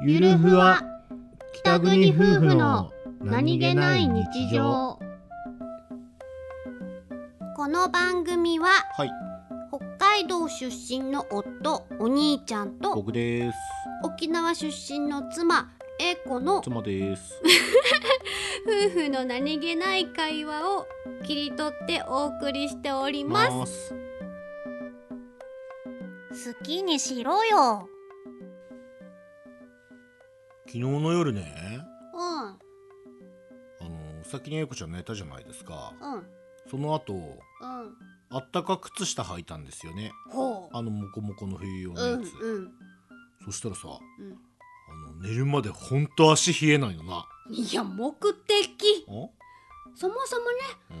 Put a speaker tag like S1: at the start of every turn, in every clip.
S1: ゆるふわ北国夫婦の
S2: この番組は
S1: はい
S2: 北海道出身の夫お兄ちゃんと
S1: 僕です
S2: 沖縄出身の妻英子の夫
S1: 妻です
S2: 婦の何気ない会話を切り取ってお送りしております
S1: す
S2: 好きにしろよ
S1: 昨日の夜ね
S2: うん
S1: あの先に英子ちゃん寝たじゃないですか
S2: うん
S1: その後
S2: うん
S1: あったか靴下履いたんですよね
S2: ほ
S1: あのモコモコの冬用
S2: うう
S1: のや
S2: ん
S1: つ、
S2: うん
S1: そしたらさあ
S2: うん
S1: の寝るまでほんと足冷えないのない
S2: や目的
S1: あ、うん
S2: そもそもね温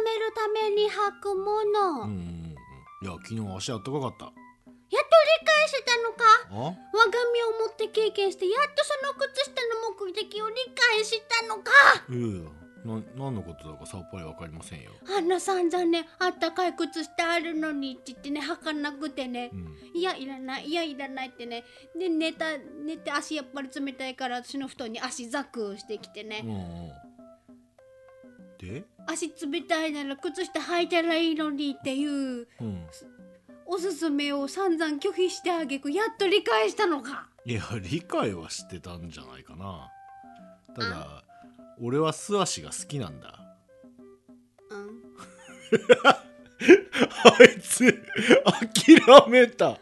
S2: めるために履くもの、
S1: うんうんうんいや昨日足あったかかった
S2: やっと理解してたのか
S1: あ
S2: 我が身をもって経験してやっとその靴下の目的を理解したのか
S1: いやいやな何のことだかさっぱりわかりませんよ、
S2: あんな散々ねあったかい靴下あるのにって言ってね履かなくてね
S1: うん、
S2: いやいらないいやいらないってねで寝た寝て足やっぱり冷たいから私の布団に足ザクしてきて
S1: う
S2: ね
S1: んうんで、
S2: 足冷たいなら靴下履いたらいいのにっていう
S1: うん、
S2: おすすめを散々拒否してあげくやっと理解したのか
S1: いや理解はしてたんじゃないかなただ俺は素足が好きなんだ
S2: うん
S1: あいつ諦めた